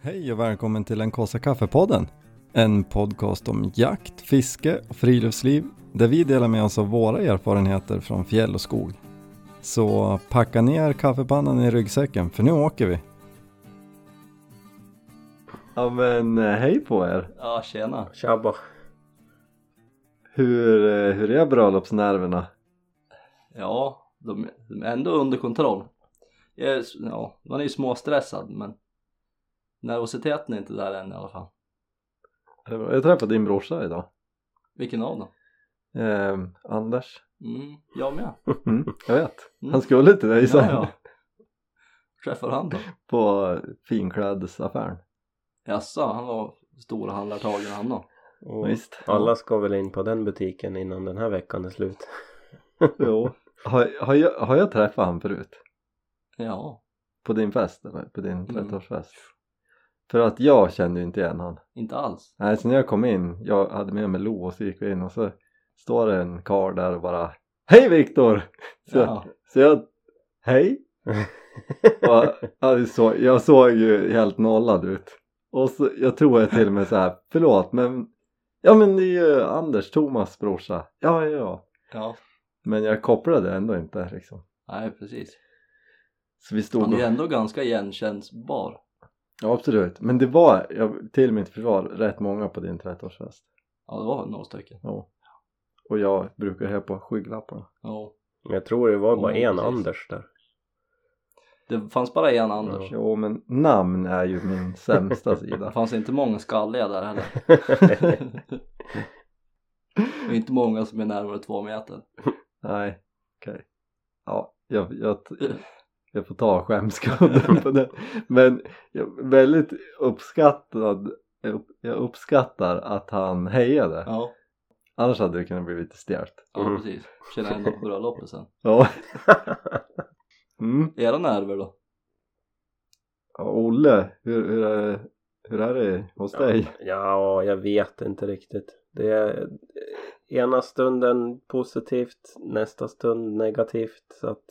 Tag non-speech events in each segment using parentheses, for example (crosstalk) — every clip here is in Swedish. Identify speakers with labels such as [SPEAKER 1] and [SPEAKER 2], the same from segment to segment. [SPEAKER 1] Hej och välkommen till den kaffe kaffepodden. En podcast om jakt, fiske och friluftsliv där vi delar med oss av våra erfarenheter från fjäll och skog. Så packa ner kaffepannan i ryggsäcken för nu åker vi. Ja men eh, hej på er!
[SPEAKER 2] Ja, tjena.
[SPEAKER 3] Tjabba.
[SPEAKER 1] Hur, eh, hur är bröllopsnerverna?
[SPEAKER 2] Ja, de de är ändå under kontroll. Jag är, ja, man är ju småstressad men nervositeten är inte där än i alla fall.
[SPEAKER 1] Jag träffade din brorsa idag,
[SPEAKER 2] Vilken av dem?
[SPEAKER 1] eh, Anders.
[SPEAKER 2] Mm, jag med.
[SPEAKER 1] Mm, jag vet,
[SPEAKER 2] Mm.
[SPEAKER 1] han skulle till dig sen
[SPEAKER 2] Ja, ja. Träffade han då?
[SPEAKER 1] på finklädesaffären.
[SPEAKER 2] Jaså, han var stora handlartagen han då?
[SPEAKER 3] Och
[SPEAKER 1] Visst.
[SPEAKER 3] Alla ska väl in på den butiken innan den här veckan är slut.
[SPEAKER 1] Jo. Har, har, jag, har jag träffat han förut?
[SPEAKER 2] Ja,
[SPEAKER 1] På din fest eller? På din
[SPEAKER 2] Mm.
[SPEAKER 1] 30-årsfest? För att jag kände ju inte igen han.
[SPEAKER 2] inte alls.
[SPEAKER 1] Nej, så när jag kom in, jag hade med mig Lo och så gick vi in och så står det en karl där och bara Hej Viktor! (laughs) Så,
[SPEAKER 2] Ja,
[SPEAKER 1] så jag,
[SPEAKER 2] (laughs)
[SPEAKER 1] hej! och, alltså, jag såg ju helt nollad ut. Och så, jag tror jag till och med så här, förlåt men Ja men det är ju Anders, Thomas brorsa. Ja, ja, ja.
[SPEAKER 2] ja.
[SPEAKER 1] Men jag kopplade ändå inte liksom.
[SPEAKER 2] nej precis.
[SPEAKER 1] Så vi stod
[SPEAKER 2] Han är
[SPEAKER 1] och
[SPEAKER 2] ju ändå ganska igenkännbar.
[SPEAKER 1] Ja absolut, men det var jag, till mitt försvar rätt många på din 30-årsfest
[SPEAKER 2] Ja, det var några stycken.
[SPEAKER 1] och jag brukar ha på skygglapparna
[SPEAKER 2] Ja.
[SPEAKER 3] Men Jag tror det var bara
[SPEAKER 2] Ja,
[SPEAKER 3] en
[SPEAKER 2] precis.
[SPEAKER 3] Anders där.
[SPEAKER 2] Det fanns bara en Anders.
[SPEAKER 3] Ja.
[SPEAKER 1] Jo men namn är ju min sämsta
[SPEAKER 2] Det
[SPEAKER 1] sida
[SPEAKER 2] fanns inte många skalliga där (laughs) heller. Och inte många som är närmare två meter.
[SPEAKER 1] Nej, okej Ja, jag, jag, jag får ta skämskudden på det Men jag, väldigt uppskattad Jag uppskattar att han hejade
[SPEAKER 2] Ja,
[SPEAKER 1] Annars hade det kunnat bli lite stelt
[SPEAKER 2] ja
[SPEAKER 3] Mm.
[SPEAKER 2] precis. Känner ändå på bröllopet sen.
[SPEAKER 1] Ja mm.
[SPEAKER 2] Era nerver då?
[SPEAKER 1] Ja, Olle, hur, hur, är, hur är det hos dig?
[SPEAKER 3] ja, jag vet inte riktigt. Det är ena stunden positivt, nästa stund negativt. Så att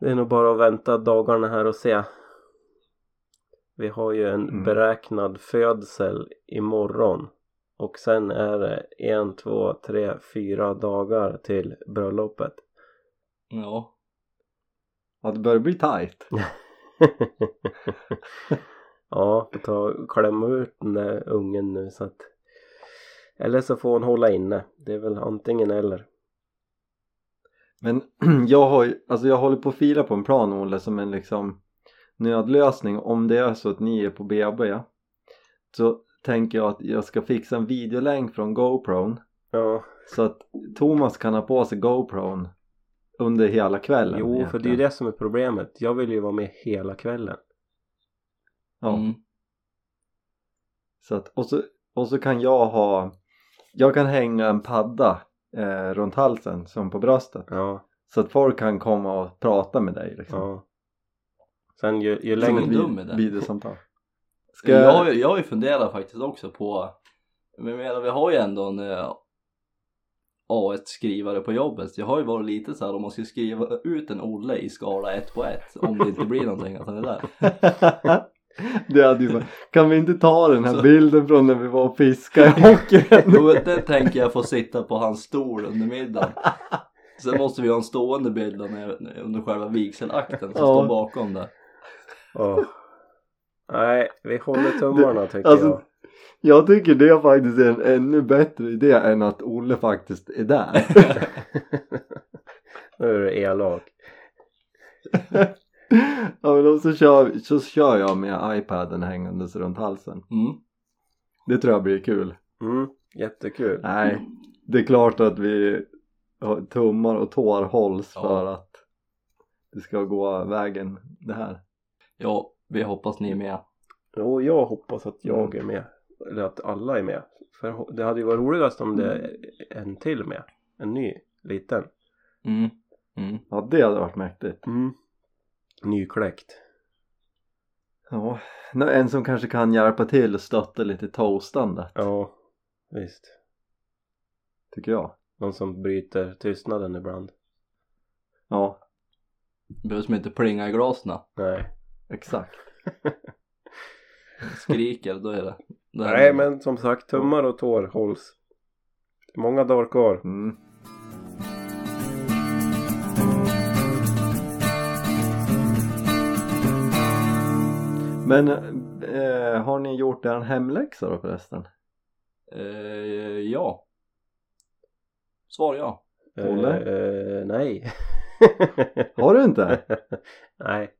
[SPEAKER 3] det är nog bara att vänta dagarna här och se. Vi har ju en
[SPEAKER 1] Mm.
[SPEAKER 3] beräknad födsel imorgon. Och sen är det en, två, tre, fyra dagar till bröllopet.
[SPEAKER 2] Ja,
[SPEAKER 1] Ja, det börjar bli tajt
[SPEAKER 3] (laughs) ja, får ta klämma ut den där ungen nu så att eller så får hon hålla inne. Det är väl antingen eller.
[SPEAKER 1] Men (clears throat) jag har ju, alltså jag håller på att fila på en plan Olle som en liksom nödlösning om det är så att ni är på BB så tänker jag att jag ska fixa en videolänk från GoPron
[SPEAKER 3] Ja,
[SPEAKER 1] så att Thomas kan ha på sig GoPron under hela kvällen
[SPEAKER 3] jo för det är ju det som är problemet. Jag vill ju vara med hela kvällen.
[SPEAKER 1] ja,
[SPEAKER 2] Mm.
[SPEAKER 1] så att, och, så, och så kan jag ha jag kan hänga en padda eh, runt halsen som på bröstet
[SPEAKER 3] Ja,
[SPEAKER 1] så att folk kan komma och prata med dig liksom
[SPEAKER 3] ja. Sen ju, ju
[SPEAKER 1] Som
[SPEAKER 2] Ingen
[SPEAKER 1] ett
[SPEAKER 3] längre...
[SPEAKER 1] vid-
[SPEAKER 2] dum idé.
[SPEAKER 1] videosamtal Ska
[SPEAKER 2] Jag,
[SPEAKER 1] jag...
[SPEAKER 2] har ju- jag har ju funderat faktiskt också på, men jag menar vi har ju ändå en eh, A1-skrivare på jobbet. så Jag har ju varit lite så här om man skulle skriva ut en Olle i skala 1 på 1 om det inte blir någonting att han är där.
[SPEAKER 1] (laughs) Det hade ju varit- kan vi inte ta den här
[SPEAKER 2] Så-
[SPEAKER 1] bilden från när vi var och
[SPEAKER 2] (laughs)
[SPEAKER 1] fiskade i hockeyn?
[SPEAKER 2] Jo, men den tänker jag få sitta på hans stol under middagen. Sen måste vi ha en stående bild under- under själva vigselakten som
[SPEAKER 1] Ja.
[SPEAKER 2] står bakom det.
[SPEAKER 3] Ja. Nej, vi håller tummarna tycker
[SPEAKER 1] alltså-
[SPEAKER 3] jag.
[SPEAKER 1] Jag tycker det faktiskt är en ännu bättre idé än att Olle faktiskt är
[SPEAKER 2] (laughs)
[SPEAKER 1] där
[SPEAKER 3] Nu är du elak.
[SPEAKER 1] Ja men och så kör, så kör jag med iPaden hängandes runt halsen
[SPEAKER 2] Mm.
[SPEAKER 1] Det tror jag blir kul
[SPEAKER 3] Mm, jättekul.
[SPEAKER 1] Nej, det är klart att vi har tummar och tår hålls
[SPEAKER 2] Ja.
[SPEAKER 1] för att det ska gå vägen det här
[SPEAKER 2] Ja, vi hoppas ni är med.
[SPEAKER 3] Jo, jag hoppas att jag är med. Eller att alla är med. För ho- det hade ju varit roligast om det är en till med. En ny liten.
[SPEAKER 2] Mm. Mm.
[SPEAKER 1] Ja det hade varit mäktigt
[SPEAKER 3] Mm. Nykläckt.
[SPEAKER 1] Ja, nå- en som kanske kan hjälpa till och stötta lite i toastandet
[SPEAKER 3] Ja, visst.
[SPEAKER 1] tycker jag.
[SPEAKER 3] Någon som bryter tystnaden ibland.
[SPEAKER 1] Ja,
[SPEAKER 2] Behövs man inte plinga i glasen.
[SPEAKER 3] Nej.
[SPEAKER 1] exakt.
[SPEAKER 2] skriker då är det. det här-
[SPEAKER 3] Nej men som sagt tummar och tår hålls. Många dagar kvar.
[SPEAKER 1] Mm. Men eh, har ni gjort er hemläxa då förresten?
[SPEAKER 2] Eh, ja. Svar ja.
[SPEAKER 1] Olle?
[SPEAKER 3] Eh, eh, nej. (laughs)
[SPEAKER 1] Har du inte?
[SPEAKER 3] nej.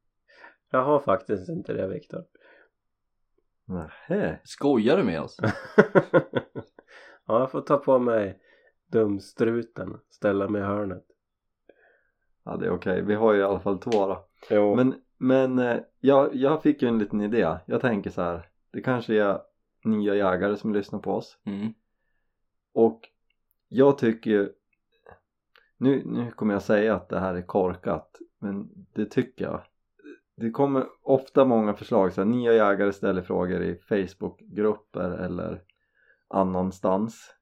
[SPEAKER 3] Jag har faktiskt inte det Viktor.
[SPEAKER 1] Nähä.
[SPEAKER 2] Skojar du med oss?
[SPEAKER 3] (laughs) ja, jag får ta på mig dumstruten, ställa mig i hörnet.
[SPEAKER 1] Ja det är okej, vi har ju i alla fall två då.
[SPEAKER 3] Jo,
[SPEAKER 1] Men, men eh, jag, jag fick ju en liten idé. Jag tänker så här, det kanske är nya jägare som lyssnar på oss.
[SPEAKER 2] Mm.
[SPEAKER 1] Och jag tycker ju- nu, nu kommer jag säga att det här är korkat men det tycker jag det kommer ofta många förslag så här, nya jägare ställer frågor i Facebookgrupper eller annanstans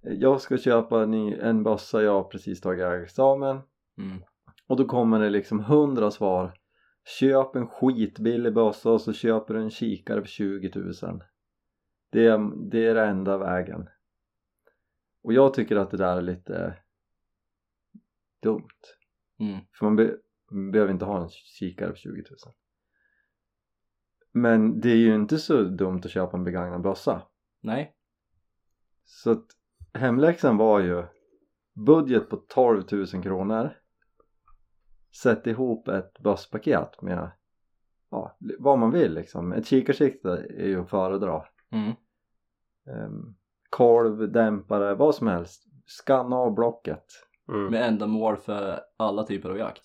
[SPEAKER 1] jag ska köpa en, ny, en bössa, jag har precis tagit jägarexamen
[SPEAKER 2] Mm.
[SPEAKER 1] och då kommer det liksom hundra svar köp en skitbillig bössa och så köper du en kikare för 20 000 det är, det är den enda vägen och jag tycker att det där är lite dumt
[SPEAKER 2] Mm.
[SPEAKER 1] för man be- behöver inte ha en kikare för 20 000 men det är ju inte så dumt att köpa en begagnad bössa
[SPEAKER 2] Nej.
[SPEAKER 1] så att hemläxan var ju budget på 12 000 kronor sätt ihop ett bösspaket med ja, li- vad man vill liksom ett kikarsikte är ju att föredra
[SPEAKER 2] Mm.
[SPEAKER 1] um, kolv, dämpare, vad som helst skanna av blocket
[SPEAKER 3] mm.
[SPEAKER 2] Med ändamål för alla typer av jakt.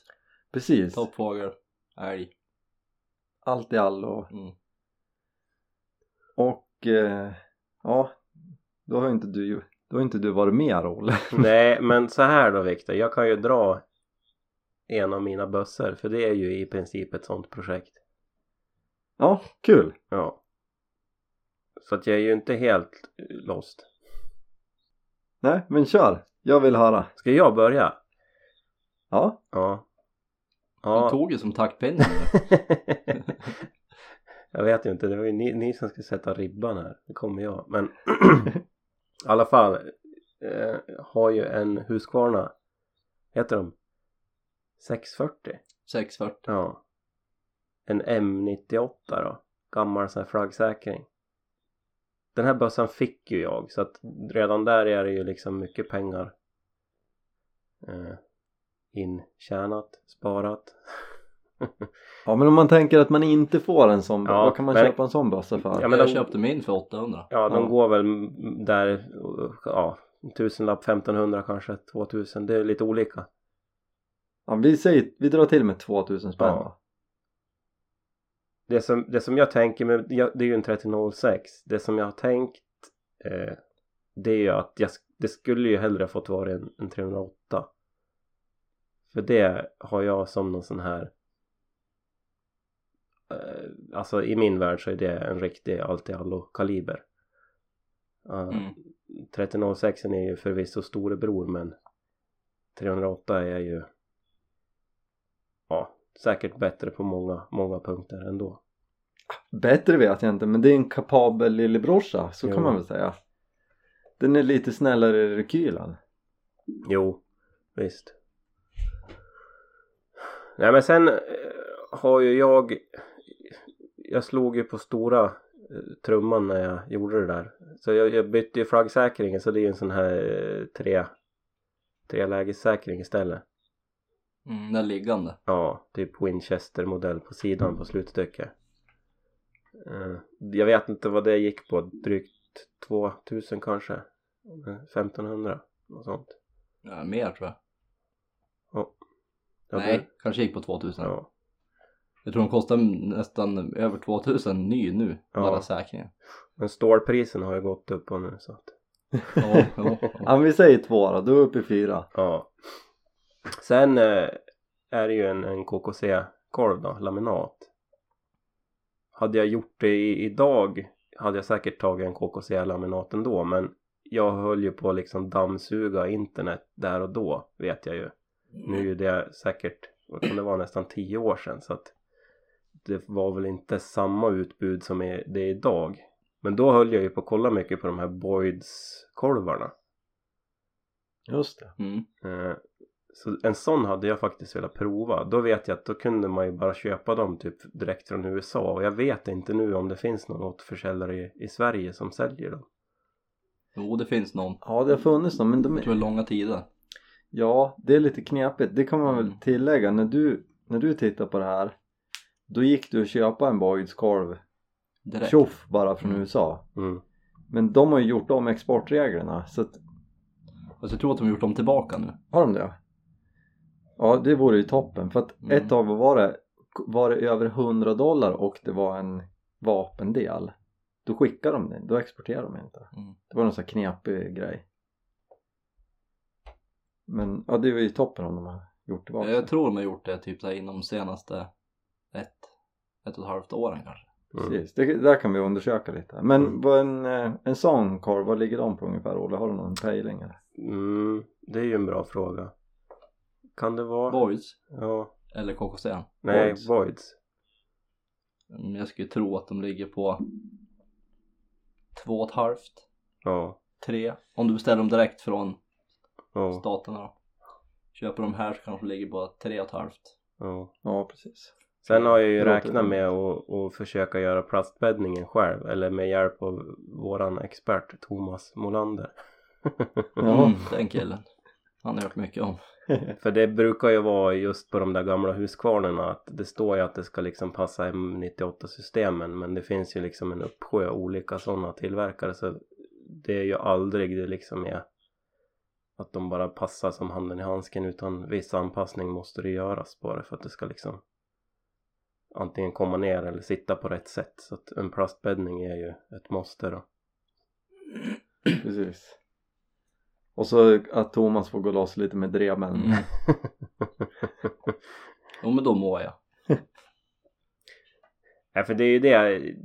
[SPEAKER 1] precis
[SPEAKER 2] Toppfågel, älg.
[SPEAKER 1] allt i allo
[SPEAKER 2] Mm.
[SPEAKER 1] och eh, ja då har ju inte du då har inte du varit med Olle
[SPEAKER 3] (laughs) Nej, men så här då Viktor. Jag kan ju dra en av mina bössor. För det är ju i princip ett sånt projekt.
[SPEAKER 1] (laughs) ja kul
[SPEAKER 3] Ja. Så att jag är ju inte helt eh, lost.
[SPEAKER 1] nej men kör jag vill höra
[SPEAKER 3] Ska jag börja?
[SPEAKER 1] ja
[SPEAKER 3] Ja.
[SPEAKER 2] Du
[SPEAKER 3] Ja.
[SPEAKER 2] tog ju som taktpinne. nu.
[SPEAKER 3] (laughs) jag vet ju inte, det var ju ni, ni som skulle sätta ribban här. Det kommer jag. Men (clears throat) i alla fall. Eh, har ju en Husqvarna. Heter de? 640?
[SPEAKER 2] 640.
[SPEAKER 3] Ja. En M98 då. Gammal sån här flaggsäkring. Den här bössan fick ju jag så att redan där är det ju liksom mycket pengar. Eh, intjänat, sparat. (laughs)
[SPEAKER 1] ja men om man tänker att man inte får en sån
[SPEAKER 3] Ja,
[SPEAKER 1] vad kan man
[SPEAKER 3] men-
[SPEAKER 1] köpa en sån bössa för?
[SPEAKER 3] Ja, men
[SPEAKER 2] jag
[SPEAKER 3] de-
[SPEAKER 2] köpte min för 800.
[SPEAKER 3] Ja, de
[SPEAKER 1] Ja.
[SPEAKER 3] går väl m- där, ja, en tusenlapp, 1500 kanske, 2000, det är lite olika.
[SPEAKER 1] Ja, vi, säger, vi drar till med 2000 spänn
[SPEAKER 3] Ja.
[SPEAKER 1] då.
[SPEAKER 3] Det som, det som jag tänker, med, jag- det är ju en 3006, det som jag har tänkt eh, det är ju att jag, sk- det skulle ju hellre fått vara en, en 308. För det har jag som någon sån här eh, alltså i min värld så är det en riktig allt-i-allo-kaliber. Uh,
[SPEAKER 2] Mm.
[SPEAKER 3] 3006 är ju förvisso storebror men 308 är ju ja, säkert bättre på många, många punkter ändå.
[SPEAKER 1] Bättre vet jag inte men det är en kapabel lillebrorsa så
[SPEAKER 3] Jo.
[SPEAKER 1] kan man väl säga. Den är lite snällare i rekylen.
[SPEAKER 3] Jo, visst. Nej men sen eh, har ju jag... Jag slog ju på stora eh, trumman när jag gjorde det där. Så jag, jag bytte ju flaggsäkringen så det är ju en sån här eh, tre, trelägessäkring istället.
[SPEAKER 2] Mm, den liggande.
[SPEAKER 3] Ja, typ Winchester modell på sidan på slutstycket. Eh, Jag vet inte vad det gick på, drygt 2000 kanske? Eh, 1500? Något sånt.
[SPEAKER 2] Ja, mer tror jag.
[SPEAKER 3] Ja,
[SPEAKER 2] Nej,
[SPEAKER 3] det-
[SPEAKER 2] kanske gick på 2000.
[SPEAKER 3] Ja.
[SPEAKER 2] Jag tror de kostar nästan över 2000 ny nu.
[SPEAKER 3] Ja.
[SPEAKER 2] Bara
[SPEAKER 3] (laughs)
[SPEAKER 2] säkringen.
[SPEAKER 3] Men stålprisen har ju gått upp på nu så att
[SPEAKER 2] Ja, ja, ja.
[SPEAKER 1] (laughs) Ja men vi säger två då, du är uppe i fyra.
[SPEAKER 3] ja. Sen eh, är det ju en, en KKC-kolv då, laminat. Hade jag gjort det i, idag hade jag säkert tagit en KKC-laminat ändå men jag höll ju på att liksom dammsuga internet där och då vet jag ju. Nu är ju det säkert, vad kan det vara, nästan tio år sedan så att det var väl inte samma utbud som är, det är idag. Men då höll jag ju på att kolla mycket på de här Boyds-kolvarna.
[SPEAKER 1] Just det.
[SPEAKER 2] Mm.
[SPEAKER 3] Eh, Så en sån hade jag faktiskt velat prova. Då vet jag att då kunde man ju bara köpa dem typ direkt från USA. Och jag vet inte nu om det finns någon återförsäljare i, i Sverige som säljer dem.
[SPEAKER 2] Jo det finns någon.
[SPEAKER 1] Ja det har funnits någon men de
[SPEAKER 2] Det tog långa tider.
[SPEAKER 1] Ja, det är lite knepigt. Det kan man väl
[SPEAKER 2] Mm.
[SPEAKER 1] tillägga. När du, när du tittar på det här då gick du och köpa en Boyds korv
[SPEAKER 2] Direkt.
[SPEAKER 1] tjoff bara från
[SPEAKER 2] Mm.
[SPEAKER 1] USA.
[SPEAKER 3] Mm.
[SPEAKER 1] Men de har ju gjort om exportreglerna så att,
[SPEAKER 2] Fast jag tror att de har gjort dem tillbaka nu.
[SPEAKER 1] har de det? Ja, det vore ju toppen för att
[SPEAKER 2] Mm.
[SPEAKER 1] ett tag var det, var det över 100 dollar och det var en vapendel. Då skickar de den, då exporterar de inte.
[SPEAKER 2] Mm.
[SPEAKER 1] Det var någon sån här knepig grej. Men ja, det är ju toppen om de har gjort tillbaka.
[SPEAKER 2] Jag tror de har gjort det typ där inom senaste ett, ett och ett halvt åren kanske.
[SPEAKER 3] Mm.
[SPEAKER 1] Precis, det där kan vi undersöka lite. Men
[SPEAKER 3] Mm.
[SPEAKER 1] vad en, eh, en sån korv, vad ligger de på ungefär Olle? Har du någon pejling eller?
[SPEAKER 3] Mm. Det är ju en bra fråga. Kan det vara?
[SPEAKER 2] Boys
[SPEAKER 3] Ja.
[SPEAKER 2] eller KKC.
[SPEAKER 3] Nej,
[SPEAKER 1] Boyds.
[SPEAKER 3] Boyds.
[SPEAKER 2] Mm, Jag skulle tro att de ligger på två och ett halvt,
[SPEAKER 3] Ja.
[SPEAKER 2] tre. Om du beställer dem direkt från
[SPEAKER 3] Ja.
[SPEAKER 2] staterna då. Köper de här så kanske de ligger på tre och ett halvt.
[SPEAKER 3] ja.
[SPEAKER 1] Ja precis.
[SPEAKER 3] Sen har jag ju
[SPEAKER 1] Det låter
[SPEAKER 3] räknat med att, att försöka göra plastbäddningen själv. Eller med hjälp av våran expert Thomas Molander.
[SPEAKER 1] Ja.
[SPEAKER 2] Mm, den killen. Han har jag hört mycket om.
[SPEAKER 3] (laughs) För det brukar ju vara just på de där gamla huskvarnarna att det står ju att det ska liksom passa M98 systemen men det finns ju liksom en uppsjö olika sådana tillverkare så det är ju aldrig det liksom är att de bara passar som handen i handsken utan viss anpassning måste det göras bara för att det ska liksom antingen komma ner eller sitta på rätt sätt så att en plastbäddning är ju ett måste då.
[SPEAKER 1] precis. Och så att Thomas får gå loss lite med dreven.
[SPEAKER 2] Mm. Jo men då mår jag.
[SPEAKER 3] Ja, för det är ju det.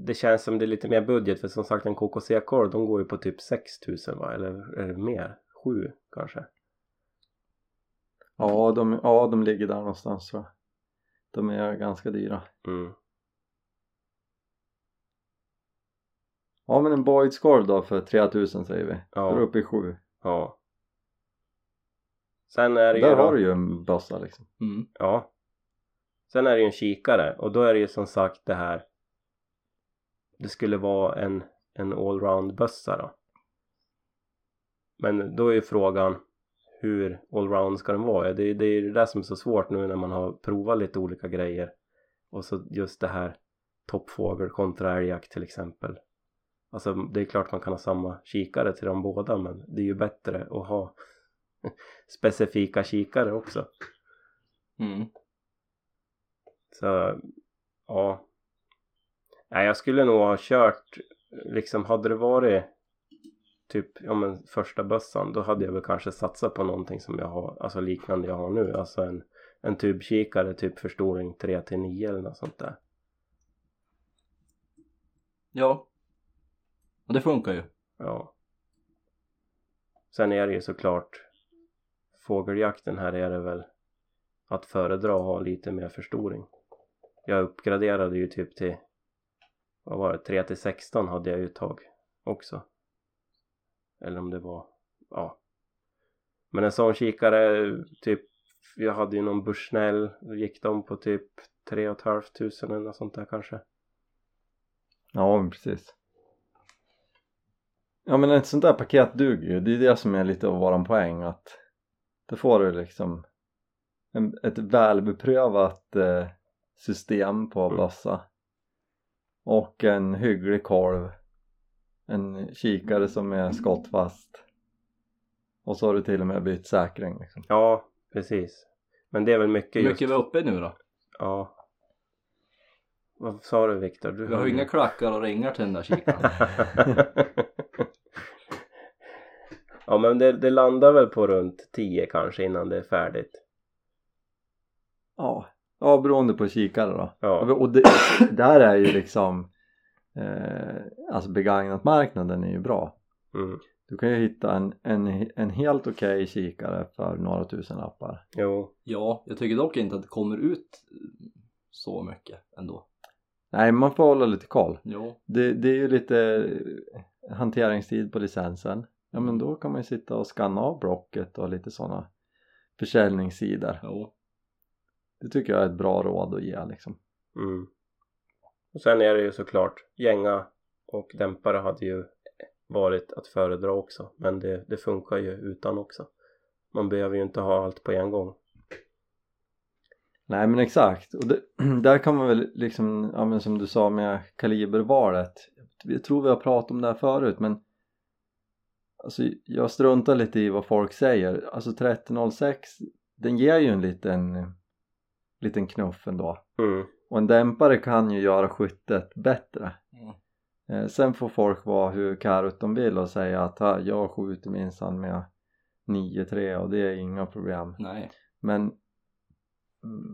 [SPEAKER 3] Det känns som det är lite mer budget. För som sagt en KKC-korv de går ju på typ 6 000 va? Eller är det mer? 7 kanske?
[SPEAKER 1] Ja, de, ja, de ligger där någonstans tror jag. De är ganska dyra.
[SPEAKER 3] Mm.
[SPEAKER 1] Ja men en Boyds korv då för 3000 säger vi. Då är du
[SPEAKER 3] Ja.
[SPEAKER 1] uppe i sju.
[SPEAKER 3] ja. Sen är det ju...
[SPEAKER 1] Där
[SPEAKER 3] då-
[SPEAKER 1] har du ju en bössa liksom.
[SPEAKER 2] Mm.
[SPEAKER 3] Ja. Sen är det ju en kikare. Och då är det ju som sagt det här. Det skulle vara en, en allround-bössa då. Men då är ju frågan. Hur allround ska den vara? Ja, Det, är- det är ju det där som är så svårt nu när man har provat lite olika grejer. Och så just det här toppfågel kontra älgjakt till exempel. Alltså det är klart man kan ha samma kikare till de båda men det är ju bättre att ha (laughs) specifika kikare också.
[SPEAKER 2] Mm.
[SPEAKER 3] Så ja. Nej, jag skulle nog ha kört, liksom hade det varit typ ja, men första bössan då hade jag väl kanske satsat på någonting som jag har, alltså liknande jag har nu. Alltså en, en tubkikare, typ förstoring 3 till 9 eller något sånt där.
[SPEAKER 2] Ja. Och det funkar ju.
[SPEAKER 3] Ja. Sen är det ju såklart fågeljakten här är det väl att föredra att ha lite mer förstoring. Jag uppgraderade ju typ till vad var det, 3 till 16 hade jag ju ett tag också. Eller om det var, ja. Men en sån kikare, typ, jag hade ju någon Bushnell, då gick de på typ 3 500 eller något sånt där kanske.
[SPEAKER 1] Ja men precis. Ja men ett sånt där paket duger ju. Det är det som är lite av våran poäng att då får du liksom en, ett välbeprövat eh, system på
[SPEAKER 3] Mm.
[SPEAKER 1] bössa och en hygglig korv en kikare som är skottfast och så har du till och med bytt säkring liksom.
[SPEAKER 3] Ja, precis. Men det är väl mycket
[SPEAKER 2] Hur
[SPEAKER 3] just...
[SPEAKER 2] mycket är vi uppe i nu då?
[SPEAKER 3] Ja. Vad sa du Viktor? Du
[SPEAKER 2] Vi har
[SPEAKER 3] hörde
[SPEAKER 2] ju inga
[SPEAKER 3] ju.
[SPEAKER 2] klackar och ringar till den där kikaren.
[SPEAKER 3] (laughs) ja men det, det landar väl på runt 10 kanske innan det är färdigt.
[SPEAKER 1] Ja, ja beroende på kikare då.
[SPEAKER 3] Ja.
[SPEAKER 1] Och det, där är ju liksom eh, alltså begagnat marknaden är ju bra.
[SPEAKER 3] Mm.
[SPEAKER 1] Du kan ju hitta en, en, en helt okej kikare för några tusen lappar.
[SPEAKER 3] Jo.
[SPEAKER 2] ja, jag tycker dock inte att det kommer ut så eh, mycket ändå.
[SPEAKER 1] Nej, man får hålla lite koll.
[SPEAKER 2] Jo.
[SPEAKER 1] Det, det är ju lite eh, hanteringstid på licensen. Ja, men då kan man ju sitta och scanna av blocket och lite sådana försäljningssidor.
[SPEAKER 2] Jo.
[SPEAKER 1] Det tycker jag är ett bra råd att ge liksom.
[SPEAKER 3] Mm. Och sen är det ju såklart gänga och dämpare hade ju varit att föredra också men det, det funkar ju utan också man behöver ju inte ha allt på en gång
[SPEAKER 1] Nej men exakt och det, (clears throat) där kan man väl liksom, ja, men som du sa med kalibervalet jag tror vi har pratat om det här förut men alltså jag struntar lite i vad folk säger alltså 3006 den ger ju en liten liten knuff ändå
[SPEAKER 3] mm.
[SPEAKER 1] och en dämpare kan ju göra skyttet bättre
[SPEAKER 2] Mm.
[SPEAKER 1] eh, sen får folk vara hur karut de vill och säga att "Ha, jag skjuter minsann med 9-3 och det är inga problem
[SPEAKER 2] Nej.
[SPEAKER 1] men,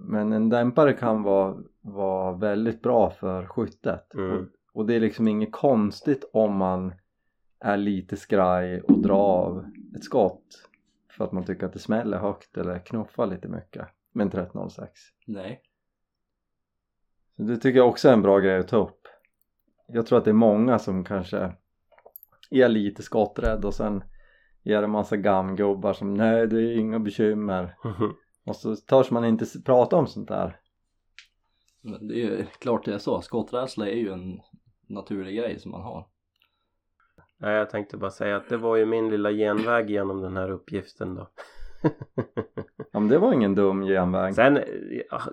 [SPEAKER 1] men en dämpare kan vara, vara väldigt bra för skyttet
[SPEAKER 3] Mm.
[SPEAKER 1] och, och det är liksom inget konstigt om man är lite skraj och drar av ett skott för att man tycker att det smäller högt eller knuffar lite mycket med en 306
[SPEAKER 2] Nej.
[SPEAKER 1] så det tycker jag också är en bra grej att ta upp jag tror att det är många som kanske är lite skotträdd och sen är det en massa gamgubbar som nej det är inga bekymmer och så törs man inte s- prata om sånt där
[SPEAKER 2] Men det är ju klart det är så. Skotträdsla är ju en naturlig grej som man har.
[SPEAKER 3] (laughs) Nej, jag tänkte bara säga att det var ju min lilla genväg genom den här uppgiften då
[SPEAKER 1] Ja men det var ingen dum genväg.
[SPEAKER 3] Sen eh,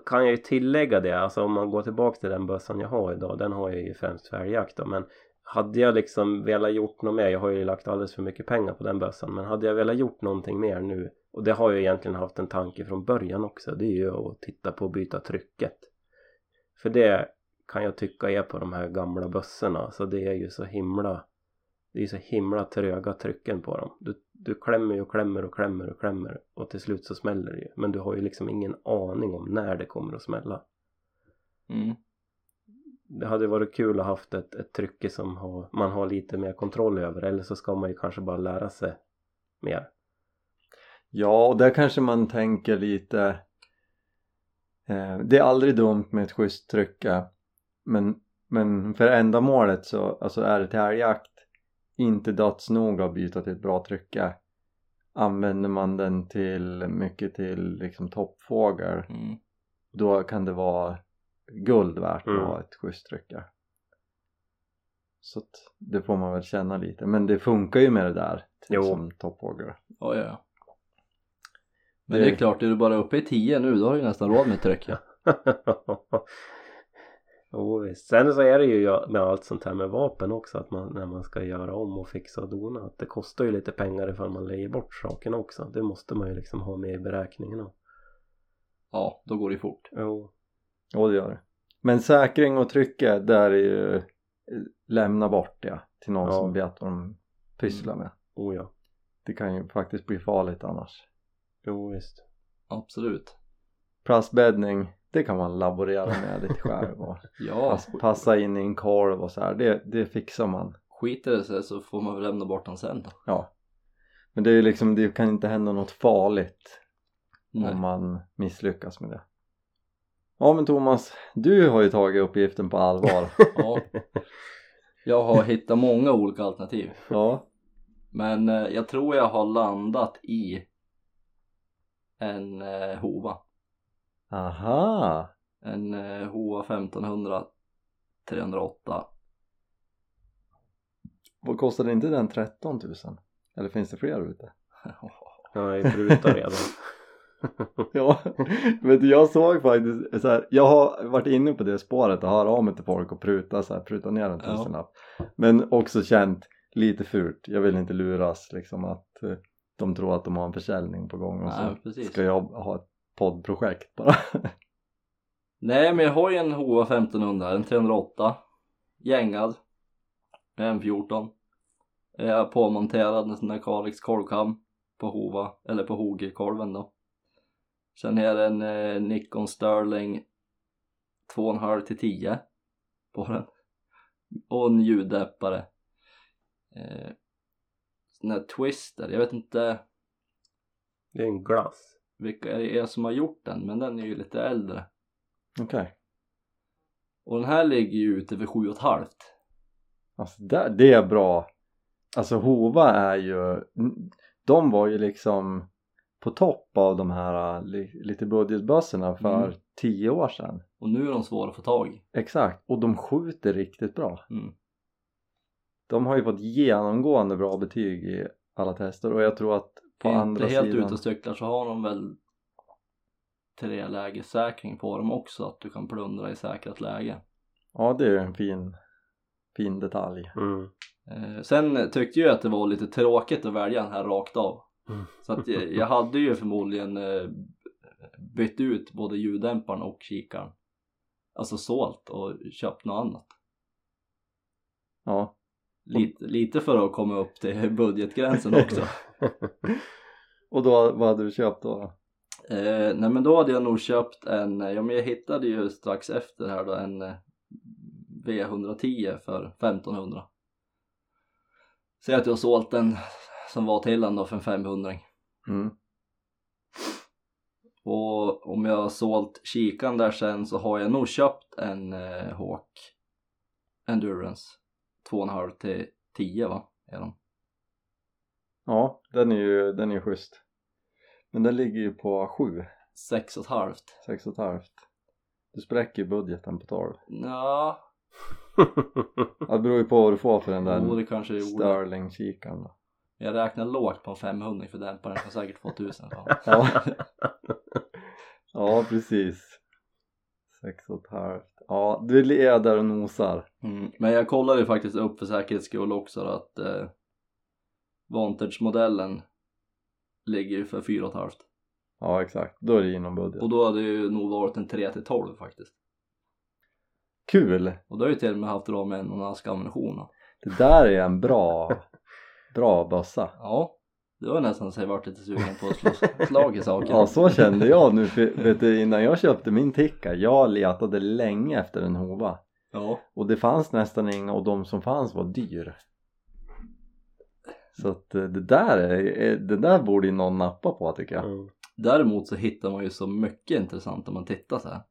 [SPEAKER 3] kan jag ju tillägga det, alltså om man går tillbaka till den bössan jag har idag, den har jag ju främst för älgjakt då, men hade jag liksom velat gjort något mer, jag har ju lagt alldeles för mycket pengar på den bössan, men hade jag velat gjort någonting mer nu, och det har jag egentligen haft en tanke från början också, det är ju att titta på att byta trycket. För det kan jag tycka är på de här gamla bössorna, så det är ju så himla det är ju så himla tröga trycken på dem. Du, du klämmer ju och klämmer och klämmer och klämmer och till slut så smäller det ju. Men du har ju liksom ingen aning om när det kommer att smälla.
[SPEAKER 2] Mm.
[SPEAKER 3] Det hade varit kul att haft ett, ett trycke som har, man har lite mer kontroll över eller så ska man ju kanske bara lära sig mer.
[SPEAKER 1] Ja och där kanske man tänker lite eh, Det är aldrig dumt med ett schysst trycke men, men för ändamålet så alltså är det till älgjakt inte dödsnoga att byta till ett bra trycke Använder man den till mycket till liksom toppfågel
[SPEAKER 2] Mm.
[SPEAKER 1] då kan det vara guld värt att
[SPEAKER 3] Mm.
[SPEAKER 1] ha ett schysst trycke så att det får man väl känna lite men det funkar ju med det där
[SPEAKER 3] Jo.
[SPEAKER 1] som toppfågel
[SPEAKER 2] Ja, ja, ja. Men det är klart, är du bara uppe i 10 nu då har du ju nästan råd med ett
[SPEAKER 3] (laughs)
[SPEAKER 2] tryck. Ja.
[SPEAKER 3] Jo, visst. Sen så är det ju jag- med allt sånt här med vapen också att man, när man ska göra om och fixa och dona att det kostar ju lite pengar ifall man lägger bort sakerna också. Det måste man ju liksom ha med i beräkningarna.
[SPEAKER 2] ja, då går det fort.
[SPEAKER 3] Jo.
[SPEAKER 1] Ja det gör det. Men säkring och trycke, där är ju eh, lämna bort det till någon
[SPEAKER 3] Ja.
[SPEAKER 1] som vet vad de pysslar
[SPEAKER 2] Mm.
[SPEAKER 1] med.
[SPEAKER 3] Oh ja.
[SPEAKER 1] Det kan ju faktiskt bli farligt annars.
[SPEAKER 3] Jo visst.
[SPEAKER 2] Absolut.
[SPEAKER 1] Plastbäddning, det kan man laborera med lite själv och
[SPEAKER 2] (laughs) Ja,
[SPEAKER 1] pass, passa in i en korv och så här. Det, det fixar man.
[SPEAKER 2] skiter det sig så får man väl lämna bort den sen då.
[SPEAKER 1] Ja. Men det är ju liksom, det kan inte hända något farligt
[SPEAKER 2] Nej.
[SPEAKER 1] om man misslyckas med det. Ja men Thomas, du har ju tagit uppgiften på
[SPEAKER 2] (laughs)
[SPEAKER 1] allvar.
[SPEAKER 2] Ja. Jag har hittat många olika alternativ.
[SPEAKER 1] ja.
[SPEAKER 2] Men eh, jag tror jag har landat i en eh, Hova.
[SPEAKER 1] Aha!
[SPEAKER 2] En eh, Hova 1500 308.
[SPEAKER 1] Vad kostade inte den 13 000? Eller finns det fler ute?
[SPEAKER 2] (laughs)
[SPEAKER 3] Jag har ju prutat redan.
[SPEAKER 1] Ja, men jag såg faktiskt så här, jag har varit inne på det spåret att höra av mig till folk och pruta så här, pruta ner en
[SPEAKER 2] Ja.
[SPEAKER 1] tusenlapp men också känt lite fult, jag vill inte luras liksom att eh, de tror att de har en försäljning på gång och
[SPEAKER 2] Nej,
[SPEAKER 1] så
[SPEAKER 2] precis.
[SPEAKER 1] ska jag ha ett poddprojekt bara (laughs)
[SPEAKER 2] Nej, men jag har ju en Hova 1500, en 308. Gängad. En 14. Jag är påmonterad en sån där Kalix kolvkam på Hova, eller på Hogekolven då. Sen är det en eh, Nikon Sterling 2,5 till 10 på den. Och en ljuddämpare. Eh, sån där Twister, jag vet inte
[SPEAKER 3] Det är en glass.
[SPEAKER 2] vilka det är som har gjort den men den är ju lite äldre.
[SPEAKER 1] okej
[SPEAKER 2] Och den här ligger ju ute vid 7,5
[SPEAKER 1] Alltså där, det är bra. Alltså Hova är ju, de var ju liksom på topp av de här äh, li, lite budgetbössorna för
[SPEAKER 2] Mm.
[SPEAKER 1] tio år sedan.
[SPEAKER 2] och nu är de svåra att få tag i.
[SPEAKER 1] Exakt, och de skjuter riktigt bra.
[SPEAKER 2] Mm.
[SPEAKER 1] De har ju fått genomgående bra betyg i alla tester och jag tror att på
[SPEAKER 2] är
[SPEAKER 1] andra
[SPEAKER 2] inte helt
[SPEAKER 1] sidan...
[SPEAKER 2] ute och cyklar så har de väl trelägessäkring på dem också att du kan plundra i säkrat läge.
[SPEAKER 1] Ja, det är ju en fin, fin detalj.
[SPEAKER 3] Mm.
[SPEAKER 2] Eh, sen tyckte jag att det var lite tråkigt att välja den här rakt av.
[SPEAKER 3] (laughs) Mm.
[SPEAKER 2] Så att jag, jag hade ju förmodligen eh, bytt ut både ljuddämparen och kikaren. Alltså sålt och köpt något annat.
[SPEAKER 1] Ja,
[SPEAKER 2] Lite, lite för att komma upp till (laughs) budgetgränsen också.
[SPEAKER 1] och då, vad hade du köpt då?
[SPEAKER 2] Eh, nej men då hade jag nog köpt en, eh, ja men jag hittade ju strax efter här då en eh, V110 för 1500 Säg att jag har sålt den som var till den då för en 500
[SPEAKER 1] Mm.
[SPEAKER 2] och om jag har sålt kikan där sen så har jag nog köpt en eh, Hawk Endurance 2,5 till 10 va? Är de.
[SPEAKER 1] Ja, den är ju den är ju schysst. Men den ligger ju på sju,
[SPEAKER 2] 6,5
[SPEAKER 1] sex och ett halvt. Du spräcker ju budgeten på 12.
[SPEAKER 2] Nja,
[SPEAKER 1] Ja, det beror ju på vad du får för den
[SPEAKER 2] det
[SPEAKER 1] där
[SPEAKER 2] vore kanske gjorde.
[SPEAKER 1] Sterling-kikaren då.
[SPEAKER 2] Jag räknar lågt på en 500 för dämparen kan säkert få 1000 fan.
[SPEAKER 1] Ja. ja, precis. Sex och ett halvt. Ja, du är där och nosar.
[SPEAKER 2] (laughs) Mm. Men jag kollade ju faktiskt upp för säkerhets skull också då att eh, Vantage-modellen ligger ju för 4,5
[SPEAKER 1] Ja, exakt. Då är det inom budget.
[SPEAKER 2] och då hade det ju nog varit en 3 till 12 faktiskt
[SPEAKER 1] Kul!
[SPEAKER 2] och då har jag ju till och med haft råd med en och en ask ammunition då.
[SPEAKER 1] Det där är en bra, bra bössa.
[SPEAKER 2] ja det var nästan så jag vart lite sugen på att slå (laughs) slag i saken
[SPEAKER 1] Ja så kände jag nu för, vet du, innan jag köpte min Tikka jag letade länge efter en Hova
[SPEAKER 2] ja
[SPEAKER 1] och det fanns nästan inga och de som fanns var dyr så att eh, det där, är- är- det där borde ju någon nappa på tycker jag
[SPEAKER 3] Mm.
[SPEAKER 2] däremot så hittar man ju så mycket intressant om man tittar så här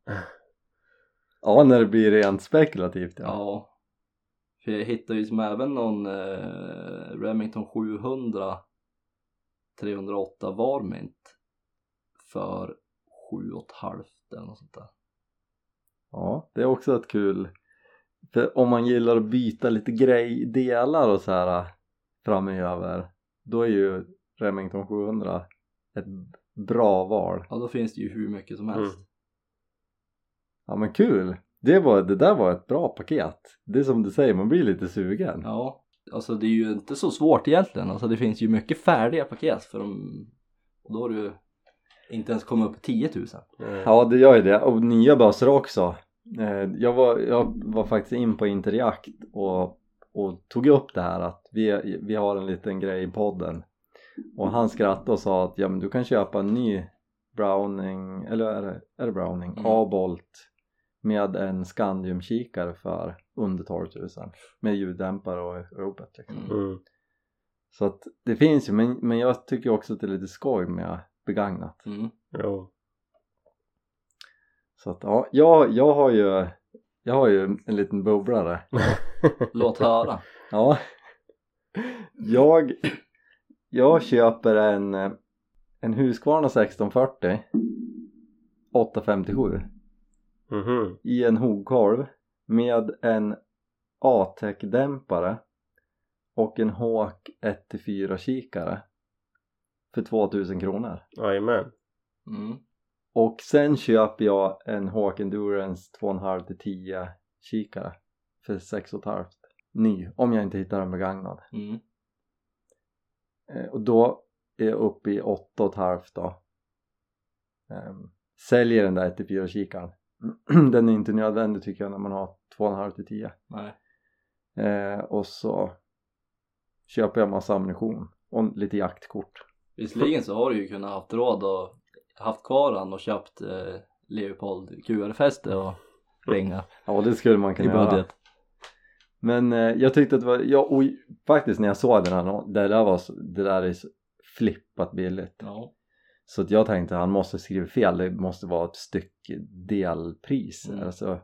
[SPEAKER 1] ja när det blir rent spekulativt ja,
[SPEAKER 2] Ja. För jag hittade ju som även någon eh, Remington 700 308 Varmint för 7,5 eller något sånt där.
[SPEAKER 1] ja det är också ett kul för om man gillar att byta lite grej, delar och så här eh, framöver då är ju Remington 700 ett bra val
[SPEAKER 2] Ja då finns det ju hur mycket som helst.
[SPEAKER 1] Ja men kul! Det, var, det där var ett bra paket. Det är som du säger, man blir lite sugen.
[SPEAKER 2] Ja. Alltså det är ju inte så svårt egentligen. Alltså det finns ju mycket färdiga paket för de... Och då har du inte ens kommit upp i 10 000.
[SPEAKER 1] Ja, det gör ju det. Och nya bössor också. Eh, Jag var, jag var faktiskt in på Interjakt och, och tog upp det här att vi, vi har en liten grej i podden. Och han skrattade och sa att ja, men du kan köpa en ny Browning, eller är det, är det Browning?
[SPEAKER 2] Mm.
[SPEAKER 1] A-bolt med en Scandium-kikare för under 12 000 med ljuddämpare och robot liksom.
[SPEAKER 2] Mm.
[SPEAKER 3] Mm.
[SPEAKER 1] Så att det finns ju, men, men jag tycker också att det är lite skoj med begagnat.
[SPEAKER 2] Mm.
[SPEAKER 3] Ja.
[SPEAKER 1] Så att ja, jag, jag har ju jag har ju en liten bubblare.
[SPEAKER 2] Låt höra.
[SPEAKER 1] Ja. Jag, jag köper en, eh, en Husqvarna 1640 857
[SPEAKER 3] Mhm.
[SPEAKER 1] i en hogkolv med en ATEC dämpare och en Hawk 1-4 kikare för 2000 kronor.
[SPEAKER 3] Jajamän.
[SPEAKER 2] Mm.
[SPEAKER 1] och sen köper jag en Hawk Endurance 2,5 till 10 kikare för 6,5 ny om jag inte hittar en begagnad
[SPEAKER 2] Mm.
[SPEAKER 1] Eh, och då är jag uppe i 8,5 då Ehm, säljer den där 1 till 4 kikaren (clears throat) den är inte nödvändig tycker jag när man har 2,5 till 10
[SPEAKER 2] Nej.
[SPEAKER 1] eh, och så köper jag massa ammunition och lite jaktkort
[SPEAKER 2] Visserligen så har du ju kunnat haft råd och haft kvar han och köpt eh, Leopold QR-fäste och ringa
[SPEAKER 1] ja det skulle man kunna
[SPEAKER 2] i
[SPEAKER 1] göra
[SPEAKER 2] budget.
[SPEAKER 1] Men eh, jag tyckte att det var, ja, och faktiskt när jag såg den här, nå- det där var, så- det där är så flippat billigt.
[SPEAKER 2] Ja.
[SPEAKER 1] Så att jag tänkte han måste skriva fel, det måste vara ett styckdelpris.
[SPEAKER 2] Mm.
[SPEAKER 1] Alltså,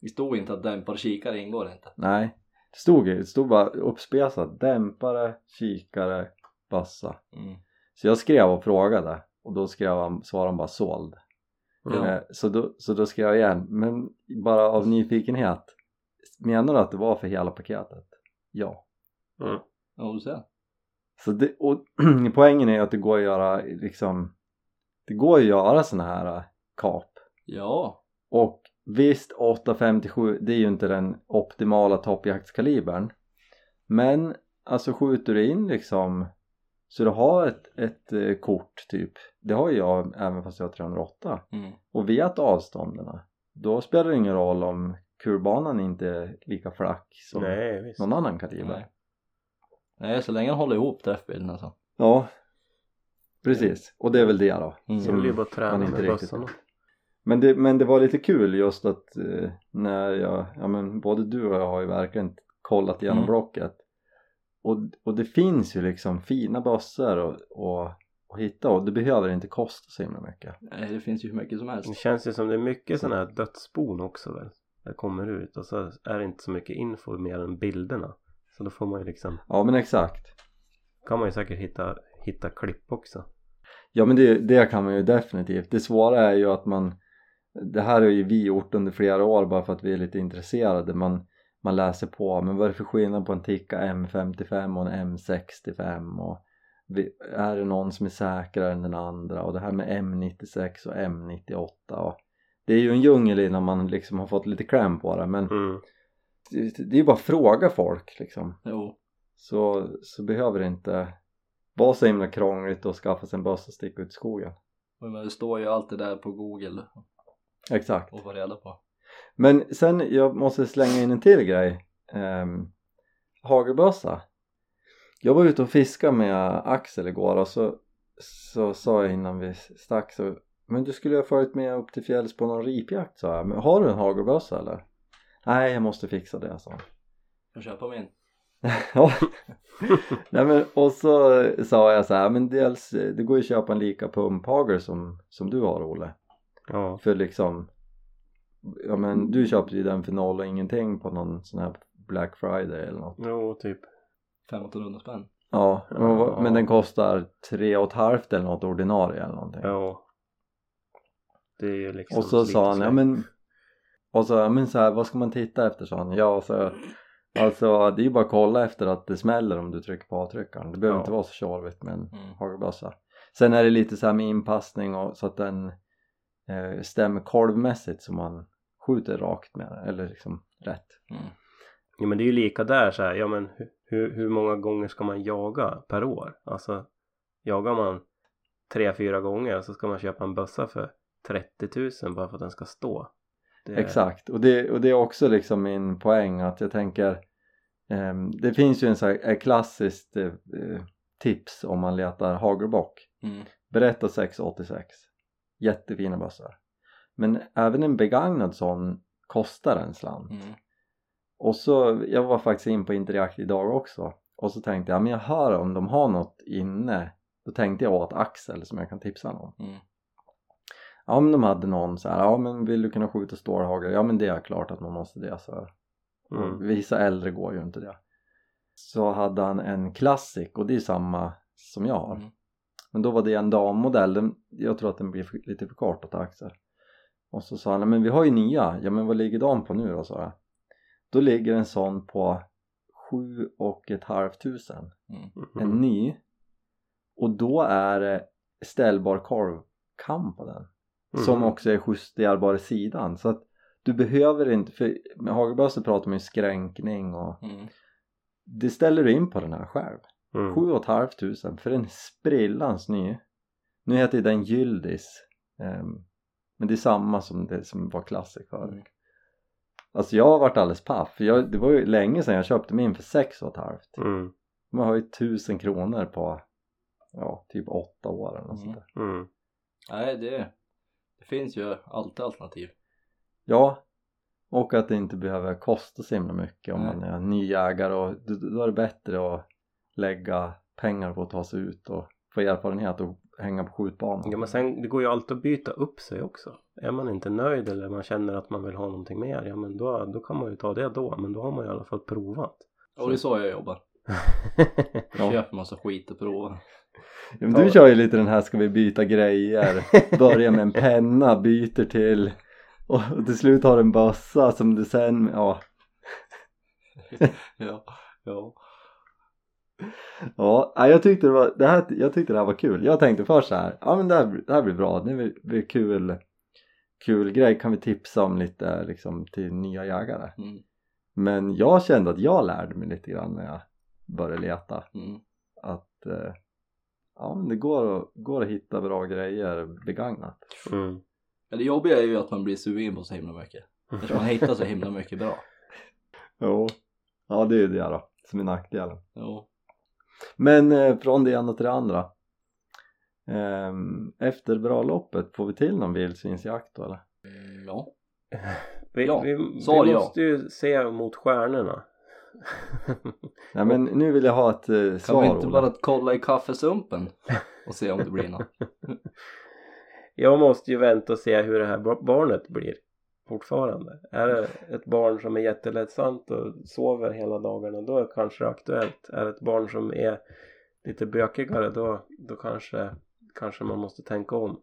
[SPEAKER 2] Det stod inte att dämpare och kikare ingår inte.
[SPEAKER 1] Nej, det stod ju, det stod bara uppspesat dämpare, kikare, bassa.
[SPEAKER 2] Mm.
[SPEAKER 1] Så jag skrev och frågade och då skrev han, svarade han bara såld.
[SPEAKER 3] Mm.
[SPEAKER 2] Ja.
[SPEAKER 1] Eh, Så, då, så då skrev jag igen, men bara av nyfikenhet. Menar du att det var för hela paketet? Ja.
[SPEAKER 3] Mm.
[SPEAKER 2] Ja, du ser.
[SPEAKER 1] Så det, och (clears throat) poängen är ju att det går att göra liksom, det går att göra sådana här eh, kap.
[SPEAKER 2] Ja.
[SPEAKER 1] Och visst 857 det är ju inte den optimala toppjaktskalibern men alltså skjuter du in liksom så du har ett, ett eh, kort typ det har ju jag även fast jag har 308
[SPEAKER 2] Mm.
[SPEAKER 1] och vet avstånden då spelar det ingen roll om kurbanan inte är lika flack som
[SPEAKER 3] Nej, visst.
[SPEAKER 1] någon annan kaliber
[SPEAKER 2] Nej. Nej, så länge han håller ihop träffbilden alltså.
[SPEAKER 1] ja precis och det är väl det då
[SPEAKER 2] Mm.
[SPEAKER 3] Det gäller ju bara att träna
[SPEAKER 1] man inte
[SPEAKER 3] med
[SPEAKER 1] riktigt-
[SPEAKER 3] bössorna.
[SPEAKER 1] Men det, men det var lite kul just att eh, när jag, ja men både du och jag har ju verkligen kollat igenom
[SPEAKER 2] Mm.
[SPEAKER 1] blocket och, och det finns ju liksom fina bössor och, och, och hitta och det behöver inte kosta så himla mycket
[SPEAKER 2] Nej, det finns ju hur mycket som
[SPEAKER 3] Det
[SPEAKER 2] helst.
[SPEAKER 3] känns ju som det är mycket sådana här dödsbon också väl. Det kommer ut och så är det inte så mycket info mer än bilderna. Så då får man ju liksom,
[SPEAKER 1] ja men exakt
[SPEAKER 3] kan man ju säkert hitta, hitta klipp också.
[SPEAKER 1] ja men det, det kan man ju definitivt det svåra är ju att man det här har ju vi gjort under flera år bara för att vi är lite intresserade man, man läser på men vad är det för skillnad på en Tikka M55 och en M65 och vi, är det någon som är säkrare än den andra och det här med M96 och M98 och det är ju en djungel innan man liksom har fått lite kläm på det men
[SPEAKER 3] Mm. (laughs)
[SPEAKER 1] det, det är ju bara att fråga folk liksom
[SPEAKER 2] Jo.
[SPEAKER 1] så, så behöver det inte vara så himla krångligt att skaffa sig en bössa och sticka ut i skogen
[SPEAKER 2] Men det står ju alltid där på google
[SPEAKER 1] exakt
[SPEAKER 2] och vara reda på.
[SPEAKER 1] Men sen, jag måste slänga in en till grej um, Hagelbössa Jag var ute och fiskade med Axel igår och så, så sa jag innan vi stack så Men du skulle ju ha följt med upp till fjälls på någon ripjakt sa jag Men har du en hagelbössa eller? Nej, jag måste fixa det sa han (laughs)
[SPEAKER 2] Får köpa min.
[SPEAKER 1] Ja. Nej, men, och så sa jag så här, men dels eh, det går ju att köpa en lika pumphagel som, som du har Olle
[SPEAKER 3] Ja,
[SPEAKER 1] för liksom ja men du köpte ju den för noll och ingenting på någon sån här Black Friday eller något
[SPEAKER 3] jo typ.
[SPEAKER 2] 1500 spänn.
[SPEAKER 1] ja, men, vad-
[SPEAKER 3] Ja.
[SPEAKER 1] men den kostar tre och ett halvt eller något ordinarie eller någonting
[SPEAKER 3] Ja. Det är ju liksom
[SPEAKER 1] och så
[SPEAKER 3] lite
[SPEAKER 1] sa han ja
[SPEAKER 3] släkt.
[SPEAKER 1] men och så, ja, men så här, vad ska man titta efter sa han ja så alltså det är ju bara att kolla efter att det smäller om du trycker på avtryckaren det behöver
[SPEAKER 3] Ja.
[SPEAKER 1] inte vara så tjorvigt med en
[SPEAKER 2] Mm.
[SPEAKER 1] hagelbössa sen är det lite så här med inpassning och så att den eh, stämmer kolvmässigt så man skjuter rakt med den, eller liksom rätt
[SPEAKER 2] Mm.
[SPEAKER 3] Ja men det är ju lika där så här, ja men hu- hur, hur många gånger ska man jaga per år? Alltså jagar man tre, fyra gånger och så ska man köpa en bössa för 30 000 bara för att den ska stå. Det-
[SPEAKER 1] Exakt, och det, och det är också liksom min poäng att jag tänker ehm, det finns ju en sån här ett klassiskt eh, eh, tips om man letar hagelbock
[SPEAKER 2] Mm.
[SPEAKER 1] berätta 686 jättefina bössor men även en begagnad sån kostar en slant
[SPEAKER 2] Mm.
[SPEAKER 1] och så, jag var faktiskt in på Interact idag också och så tänkte jag, men jag hör om de har något inne då tänkte jag åt Axel som jag kan tipsa honom om
[SPEAKER 2] Mm.
[SPEAKER 1] ja men de hade någon så här, ja men vill du kunna skjuta stålhagel? ja men det är klart att man måste det så här.
[SPEAKER 3] Mm.
[SPEAKER 1] Och Vissa äldre går ju inte det. Så hade han en klassik och det är samma som jag har.
[SPEAKER 2] Mm.
[SPEAKER 1] Men då var det en dammodell, den, jag tror att den blir för, lite för kort åt axel. Och så sa han, "Nej, men vi har ju nya, ja men vad ligger de på nu då? sa jag. Då ligger en sån på sju och ett halvt tusen, en
[SPEAKER 3] Mm.
[SPEAKER 1] ny. Och då är det ställbar korvkam på den
[SPEAKER 3] Mm.
[SPEAKER 1] som också är justerbar i sidan så att du behöver inte, för med hagelbössor pratar man ju skränkning och
[SPEAKER 2] Mm.
[SPEAKER 1] det ställer du in på den här själv
[SPEAKER 3] Mm.
[SPEAKER 1] sju och ett halvt tusen för en sprillans ny nu heter ju den Gyldis ehm, men det är samma som det som var klassik förut
[SPEAKER 2] Mm.
[SPEAKER 1] alltså jag har varit alldeles paff för jag, det var ju länge sedan jag köpte min för sex och ett halvt
[SPEAKER 3] Mm.
[SPEAKER 1] man har ju tusen kronor på ja typ åtta år eller något
[SPEAKER 2] Mm.
[SPEAKER 1] sånt där
[SPEAKER 3] Mm.
[SPEAKER 2] Nej, det, det finns ju alltid alternativ.
[SPEAKER 1] Ja, och att det inte behöver kosta så himla mycket om
[SPEAKER 2] Nej.
[SPEAKER 1] man är ny ägare och då- då är det bättre att lägga pengar på att ta sig ut och få erfarenhet och hänga på skjutbanan.
[SPEAKER 3] Ja men sen det går ju alltid att byta upp sig också. Är man inte nöjd eller man känner att man vill ha någonting mer, ja men då, då kan man ju ta det då. Men då har man i alla fall
[SPEAKER 1] (laughs)
[SPEAKER 3] provat.
[SPEAKER 2] Och det är så jag jobbar. Jag
[SPEAKER 1] Ja.
[SPEAKER 2] köper massa skit och provar.
[SPEAKER 1] Ja, men du kör ju lite den här ska vi byta grejer, börja med en penna, byter till och till slut har du en bössa som du sen, ja,
[SPEAKER 2] (laughs) Ja, ja.
[SPEAKER 1] ja, nej, jag tyckte det, var, det här, jag tyckte det här var kul. Jag tänkte först så här, ja men det här, det här blir bra, det blir, blir kul, kul grej, kan vi tipsa om lite liksom till nya jägare?
[SPEAKER 2] Mm,
[SPEAKER 1] Men jag kände att jag lärde mig lite grann när jag började leta
[SPEAKER 2] mm.
[SPEAKER 1] att eh, ja, men det går att, går att hitta bra grejer begagnat.
[SPEAKER 3] Mm.
[SPEAKER 2] Men det jobbiga är ju att man blir sugen på så himla mycket. Eftersom man hittar så himla mycket bra.
[SPEAKER 1] Jo. Ja, det är ju det då som är nackdelen.
[SPEAKER 2] Jo.
[SPEAKER 1] Men eh, från det ena till det andra. Ehm, efter bra loppet, får vi till någon vildsvinsjakt då eller?
[SPEAKER 2] Mm, ja.
[SPEAKER 3] Vi,
[SPEAKER 2] Ja,
[SPEAKER 3] vi,
[SPEAKER 2] svar
[SPEAKER 3] vi
[SPEAKER 2] ja.
[SPEAKER 3] måste ju se mot stjärnorna. (laughs)
[SPEAKER 1] Nej men nu vill jag ha ett eh,
[SPEAKER 2] Kan vi
[SPEAKER 1] svar
[SPEAKER 2] inte
[SPEAKER 1] Ola.
[SPEAKER 2] bara kolla i kaffesumpen och se om det blir (laughs) något?
[SPEAKER 3] Jag måste ju vänta och se hur det här bar- barnet blir fortfarande. Är det ett barn som är jättelättsamt och sover hela dagarna då är det kanske aktuellt. Är det ett barn som är lite bökigare då, då kanske, kanske man måste tänka om.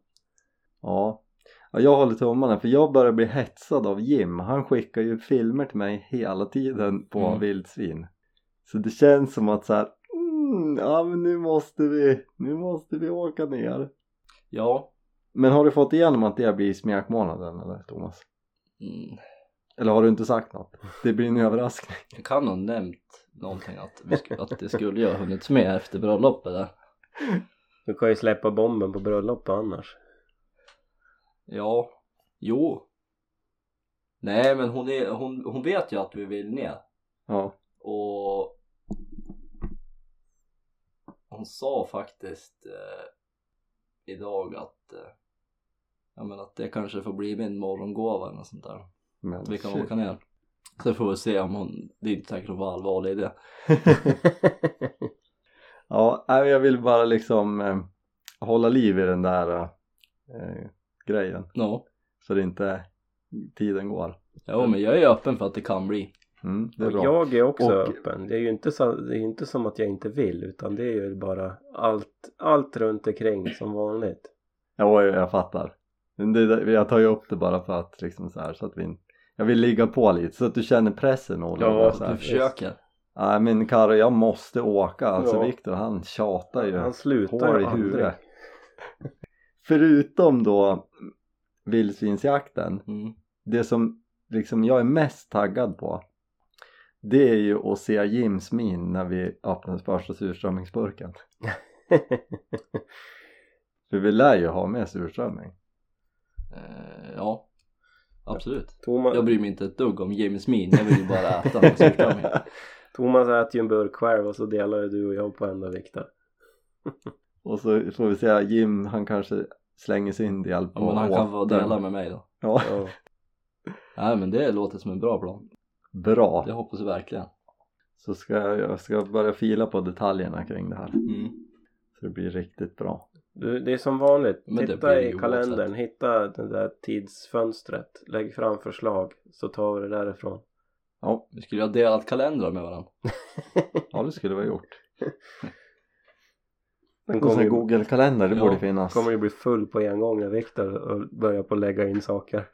[SPEAKER 1] Ja. ja, jag håller tummarna för jag börjar bli hetsad av Jim. Han skickar ju filmer till mig hela tiden på
[SPEAKER 2] Mm.
[SPEAKER 1] vildsvin. Så det känns som att så här, mm, ja men nu måste vi, nu måste vi åka ner.
[SPEAKER 2] Ja.
[SPEAKER 1] Men har du fått igenom att det blir smekmånaden eller Thomas?
[SPEAKER 2] Mm.
[SPEAKER 1] Eller har du inte sagt något? Det blir en överraskning.
[SPEAKER 2] Jag kan ha nämnt någonting att, vi sk- att det skulle jag ha hunnits med efter bröllopet där.
[SPEAKER 3] Du kan ju släppa bomben på bröllop annars.
[SPEAKER 2] Ja, jo. Nej men hon, är, hon, hon vet ju att vi vill ner
[SPEAKER 1] Ja,
[SPEAKER 2] och hon sa faktiskt eh, idag att eh, ja, men att det kanske får bli min morgongåva eller något sånt där.
[SPEAKER 1] men
[SPEAKER 2] Att vi kan
[SPEAKER 1] shit.
[SPEAKER 2] åka ner. Så får vi se om hon, det är inte säkert hon var allvarlig i det.
[SPEAKER 1] Ja, nej, men jag vill bara liksom eh, hålla liv i den där eh, grejen
[SPEAKER 2] No.
[SPEAKER 1] så det inte tiden går.
[SPEAKER 2] Jo men jag är öppen för att det kan bli.
[SPEAKER 1] Mm, det är
[SPEAKER 3] Och
[SPEAKER 1] bra.
[SPEAKER 3] jag är också
[SPEAKER 1] Och-
[SPEAKER 3] öppen. Det är ju inte, så, det är ju inte som att jag inte vill utan det är ju bara allt, allt runt omkring som vanligt.
[SPEAKER 1] Ja, jag, jag fattar. Men Det, jag tar ju upp det bara för att liksom så här så att vi Jag vill ligga på lite så att du känner pressen Ola.
[SPEAKER 3] Ja,
[SPEAKER 1] Bara
[SPEAKER 2] Att
[SPEAKER 1] så
[SPEAKER 2] du
[SPEAKER 1] här.
[SPEAKER 2] försöker.
[SPEAKER 1] Nej men Karo jag måste åka. Alltså
[SPEAKER 3] Ja.
[SPEAKER 1] Viktor han tjatar ju.
[SPEAKER 3] Han slutar
[SPEAKER 1] hår i
[SPEAKER 3] ju aldrig.
[SPEAKER 1] huvudet. (laughs)
[SPEAKER 3] (laughs)
[SPEAKER 1] Förutom då vildsvinsjakten.
[SPEAKER 2] Mm.
[SPEAKER 1] Det som liksom jag är mest taggad på. Det är ju att se Jims min när vi öppnar första surströmmingsburken. För vi lär ju ha med
[SPEAKER 3] (laughs)
[SPEAKER 1] surströmming.
[SPEAKER 2] Eh, ja, absolut.
[SPEAKER 3] Thomas,
[SPEAKER 2] Jag bryr mig inte ett dugg om James Mean, jag vill ju bara äta den surströmming.
[SPEAKER 3] Thomas äter ju en burk själv och så delar ju du och jag på enda Viktor.
[SPEAKER 1] Och så får vi säga Jim han kanske slänger sin del på
[SPEAKER 2] Ja, men han kan få
[SPEAKER 1] återn.
[SPEAKER 2] dela med mig då.
[SPEAKER 1] Ja,
[SPEAKER 3] Ja.
[SPEAKER 2] Nej men det låter som en bra plan.
[SPEAKER 1] bra.
[SPEAKER 2] Det hoppas jag verkligen.
[SPEAKER 1] Så ska jag, jag ska börja fila på detaljerna kring det här.
[SPEAKER 2] Mm.
[SPEAKER 1] Så det blir riktigt bra.
[SPEAKER 3] Du, det är som vanligt.
[SPEAKER 2] Men det blir
[SPEAKER 3] Titta
[SPEAKER 2] det
[SPEAKER 3] i
[SPEAKER 2] ju
[SPEAKER 3] kalendern. Hitta det där tidsfönstret. Lägg fram förslag så tar vi det därifrån.
[SPEAKER 1] Ja,
[SPEAKER 2] Vi skulle ju ha delat kalendrar med varandra.
[SPEAKER 1] ja det skulle vi ha
[SPEAKER 3] (laughs)
[SPEAKER 1] gjort.
[SPEAKER 3] Den
[SPEAKER 1] Och
[SPEAKER 3] kommer
[SPEAKER 1] sen
[SPEAKER 3] ju,
[SPEAKER 1] Google-kalender, det
[SPEAKER 2] Ja,
[SPEAKER 1] borde finnas.
[SPEAKER 3] kommer ju bli full på en gång när Viktor och börjar på att lägga in saker.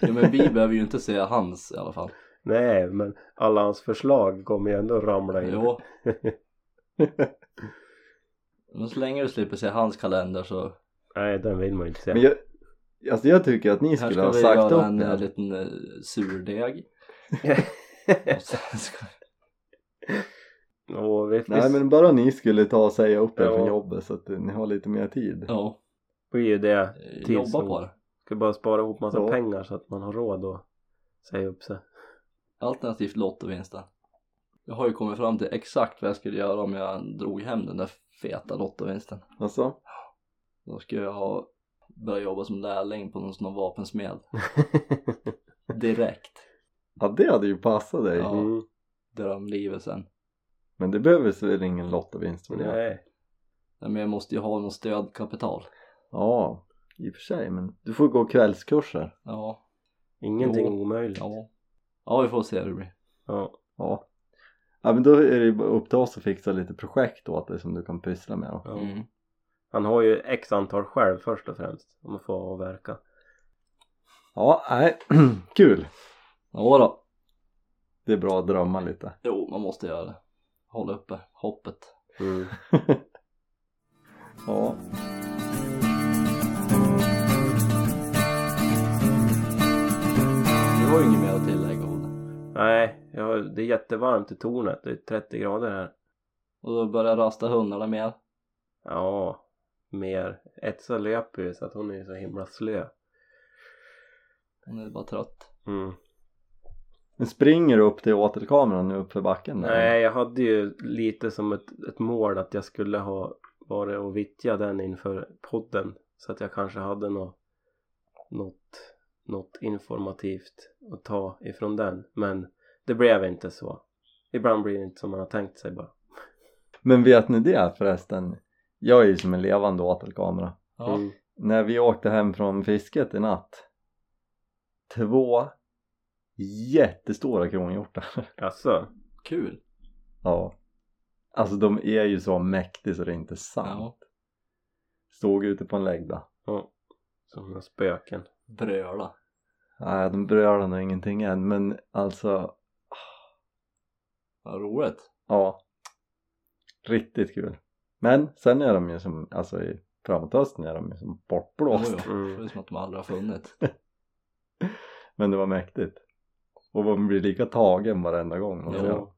[SPEAKER 2] Ja,
[SPEAKER 1] (laughs)
[SPEAKER 2] men vi behöver ju inte se hans i alla fall.
[SPEAKER 3] Nej, men alla hans förslag kommer ju ändå ramla in.
[SPEAKER 2] Jo. Men så länge du slipper se hans kalender så
[SPEAKER 3] Nej, den vill man ju inte se.
[SPEAKER 1] Men jag, alltså jag tycker att ni
[SPEAKER 2] här
[SPEAKER 1] skulle
[SPEAKER 2] ska
[SPEAKER 1] ha
[SPEAKER 2] vi
[SPEAKER 1] sagt
[SPEAKER 2] göra
[SPEAKER 1] upp
[SPEAKER 2] en eh,
[SPEAKER 1] det.
[SPEAKER 2] liten eh,
[SPEAKER 1] (laughs)
[SPEAKER 2] surdeg. Och sen ska-
[SPEAKER 3] och vi,
[SPEAKER 1] Nej men bara ni skulle ta och säga upp er
[SPEAKER 3] Ja.
[SPEAKER 1] från jobbet så att eh, ni har lite mer tid.
[SPEAKER 2] Ja,
[SPEAKER 3] blir ju det.
[SPEAKER 2] eh,
[SPEAKER 3] Tids-
[SPEAKER 2] jobba på det.
[SPEAKER 3] Ska bara spara ihop massa
[SPEAKER 1] Ja.
[SPEAKER 3] pengar så att man har råd att säga upp sig.
[SPEAKER 2] Alternativt lottovinsten. Jag har ju kommit fram till exakt vad jag skulle göra om jag drog hem den där feta lottovinsten.
[SPEAKER 1] Alltså,
[SPEAKER 2] Då skulle jag ha börjat jobba som lärling på någon sån här
[SPEAKER 3] (laughs)
[SPEAKER 2] vapensmed. Direkt.
[SPEAKER 1] ja det hade ju passat dig.
[SPEAKER 2] Ja.
[SPEAKER 3] Mm.
[SPEAKER 2] Drömlivet sen.
[SPEAKER 1] Men det behövs väl ingen lottovinst för det?
[SPEAKER 3] Nej.
[SPEAKER 2] Nej, Men jag måste ju ha något stödkapital.
[SPEAKER 1] Ja, I och för sig, men du får gå kvällskurser.
[SPEAKER 2] Ja,
[SPEAKER 3] Ingenting
[SPEAKER 2] Jo.
[SPEAKER 3] omöjligt.
[SPEAKER 2] ja. Ja, vi får se hur det blir.
[SPEAKER 3] Ja.
[SPEAKER 1] Ja. Ja men då är det ju bara upp till oss att fixa lite projekt åt dig som du kan pyssla med då.
[SPEAKER 3] ja.
[SPEAKER 2] Mm.
[SPEAKER 3] Han har ju x antal själv först och främst. Om man får avverka.
[SPEAKER 1] Ja, nej, (clears throat) kul!
[SPEAKER 2] Ja då.
[SPEAKER 1] Det är bra att drömma lite.
[SPEAKER 2] Jo, man måste göra det. Hålla uppe hoppet. (laughs)
[SPEAKER 3] Mm.
[SPEAKER 1] Ja.
[SPEAKER 2] Du har ju inget mer att tillägga Olle.
[SPEAKER 3] Nej, jag har, det är jättevarmt i tornet. Det är 30 grader här.
[SPEAKER 2] Och då börjar rasta hundarna mer.
[SPEAKER 3] Ja, mer. Etsa löper ju så att hon är ju så himla slö.
[SPEAKER 2] Hon är bara trött.
[SPEAKER 3] Mm.
[SPEAKER 1] Men springer du upp till åtelkameran nu uppför backen? där?
[SPEAKER 3] Nej, jag hade ju lite som ett, ett mål att jag skulle ha varit och vittja den inför podden. Så att jag kanske hade något, något, något informativt att ta ifrån den. Men det blev inte så. Ibland blir det inte som man har tänkt sig bara.
[SPEAKER 1] Men vet ni det förresten? Jag är ju som en levande åtelkamera.
[SPEAKER 2] Ja.
[SPEAKER 3] Mm.
[SPEAKER 1] När vi åkte hem från fisket i natt Två jättestora kronhjortar. (laughs)
[SPEAKER 3] Alltså,
[SPEAKER 2] Kul.
[SPEAKER 1] Ja. Alltså de är ju så mäktiga så det är inte sant.
[SPEAKER 2] Ja.
[SPEAKER 1] Stod ute på en läggda.
[SPEAKER 3] sådana spöken.
[SPEAKER 2] Bröla.
[SPEAKER 1] Nej, de berörde nog ingenting än men alltså,
[SPEAKER 2] Vad roligt.
[SPEAKER 1] ja. Riktigt kul. Men sen är de ju som, alltså i framåt hösten är de ju som bortblåsta.
[SPEAKER 2] Jo, jo. Det
[SPEAKER 3] Mm.
[SPEAKER 2] är som att de aldrig har funnits.
[SPEAKER 1] Men det var mäktigt. Och man blir lika tagen varenda gång. man ser dem.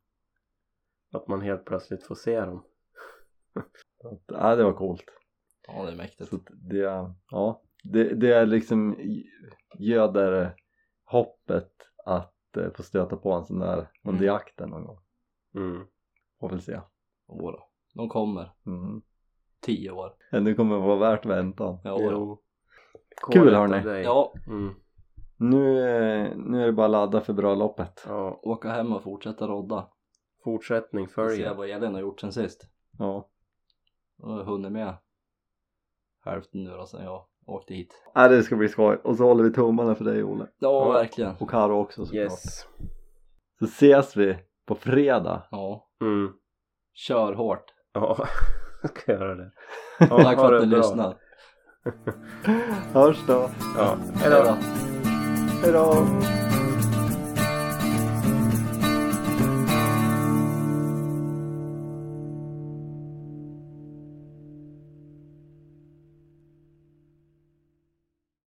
[SPEAKER 3] Ja. Att man helt plötsligt får se dem.
[SPEAKER 1] Så att, Ja, det var coolt.
[SPEAKER 2] Ja, det är mäktigt.
[SPEAKER 1] Så att det, ja, det, det är liksom göder hoppet att eh, få stöta på en sån där under
[SPEAKER 2] Mm.
[SPEAKER 1] jakten någon gång.
[SPEAKER 3] Mm.
[SPEAKER 1] Får väl se.
[SPEAKER 2] Jo då. De kommer.
[SPEAKER 1] Mm.
[SPEAKER 2] Tio år.
[SPEAKER 1] Men det kommer vara värt väntan.
[SPEAKER 2] Ja, jo. då.
[SPEAKER 1] Kul,
[SPEAKER 3] Kålet
[SPEAKER 1] hörni.
[SPEAKER 3] av dig.
[SPEAKER 2] ja
[SPEAKER 3] Mm.
[SPEAKER 1] Nu, eh, nu är det bara att ladda för bröllopet.
[SPEAKER 3] ja.
[SPEAKER 2] åka hem och fortsätta rodda.
[SPEAKER 3] Fortsättning
[SPEAKER 2] Se
[SPEAKER 3] följer.
[SPEAKER 2] vad Elin har gjort sen sist.
[SPEAKER 1] Ja.
[SPEAKER 2] Hon har hunnit med hälften nu då sen jag åkte hit.
[SPEAKER 1] ja, det ska bli skoj. Och så håller vi tummarna för dig Olle.
[SPEAKER 2] Ja,
[SPEAKER 3] Ja.
[SPEAKER 2] verkligen.
[SPEAKER 1] Och Karo också såklart.
[SPEAKER 3] Yes.
[SPEAKER 1] Så ses vi på fredag.
[SPEAKER 2] Ja.
[SPEAKER 3] Mm.
[SPEAKER 2] Kör hårt.
[SPEAKER 3] Ja, (laughs) jag ska göra det.
[SPEAKER 2] (laughs) Tack för att ni lyssnade.
[SPEAKER 1] Hörs då.
[SPEAKER 3] Ja,
[SPEAKER 2] Hej då.
[SPEAKER 1] Hejdå.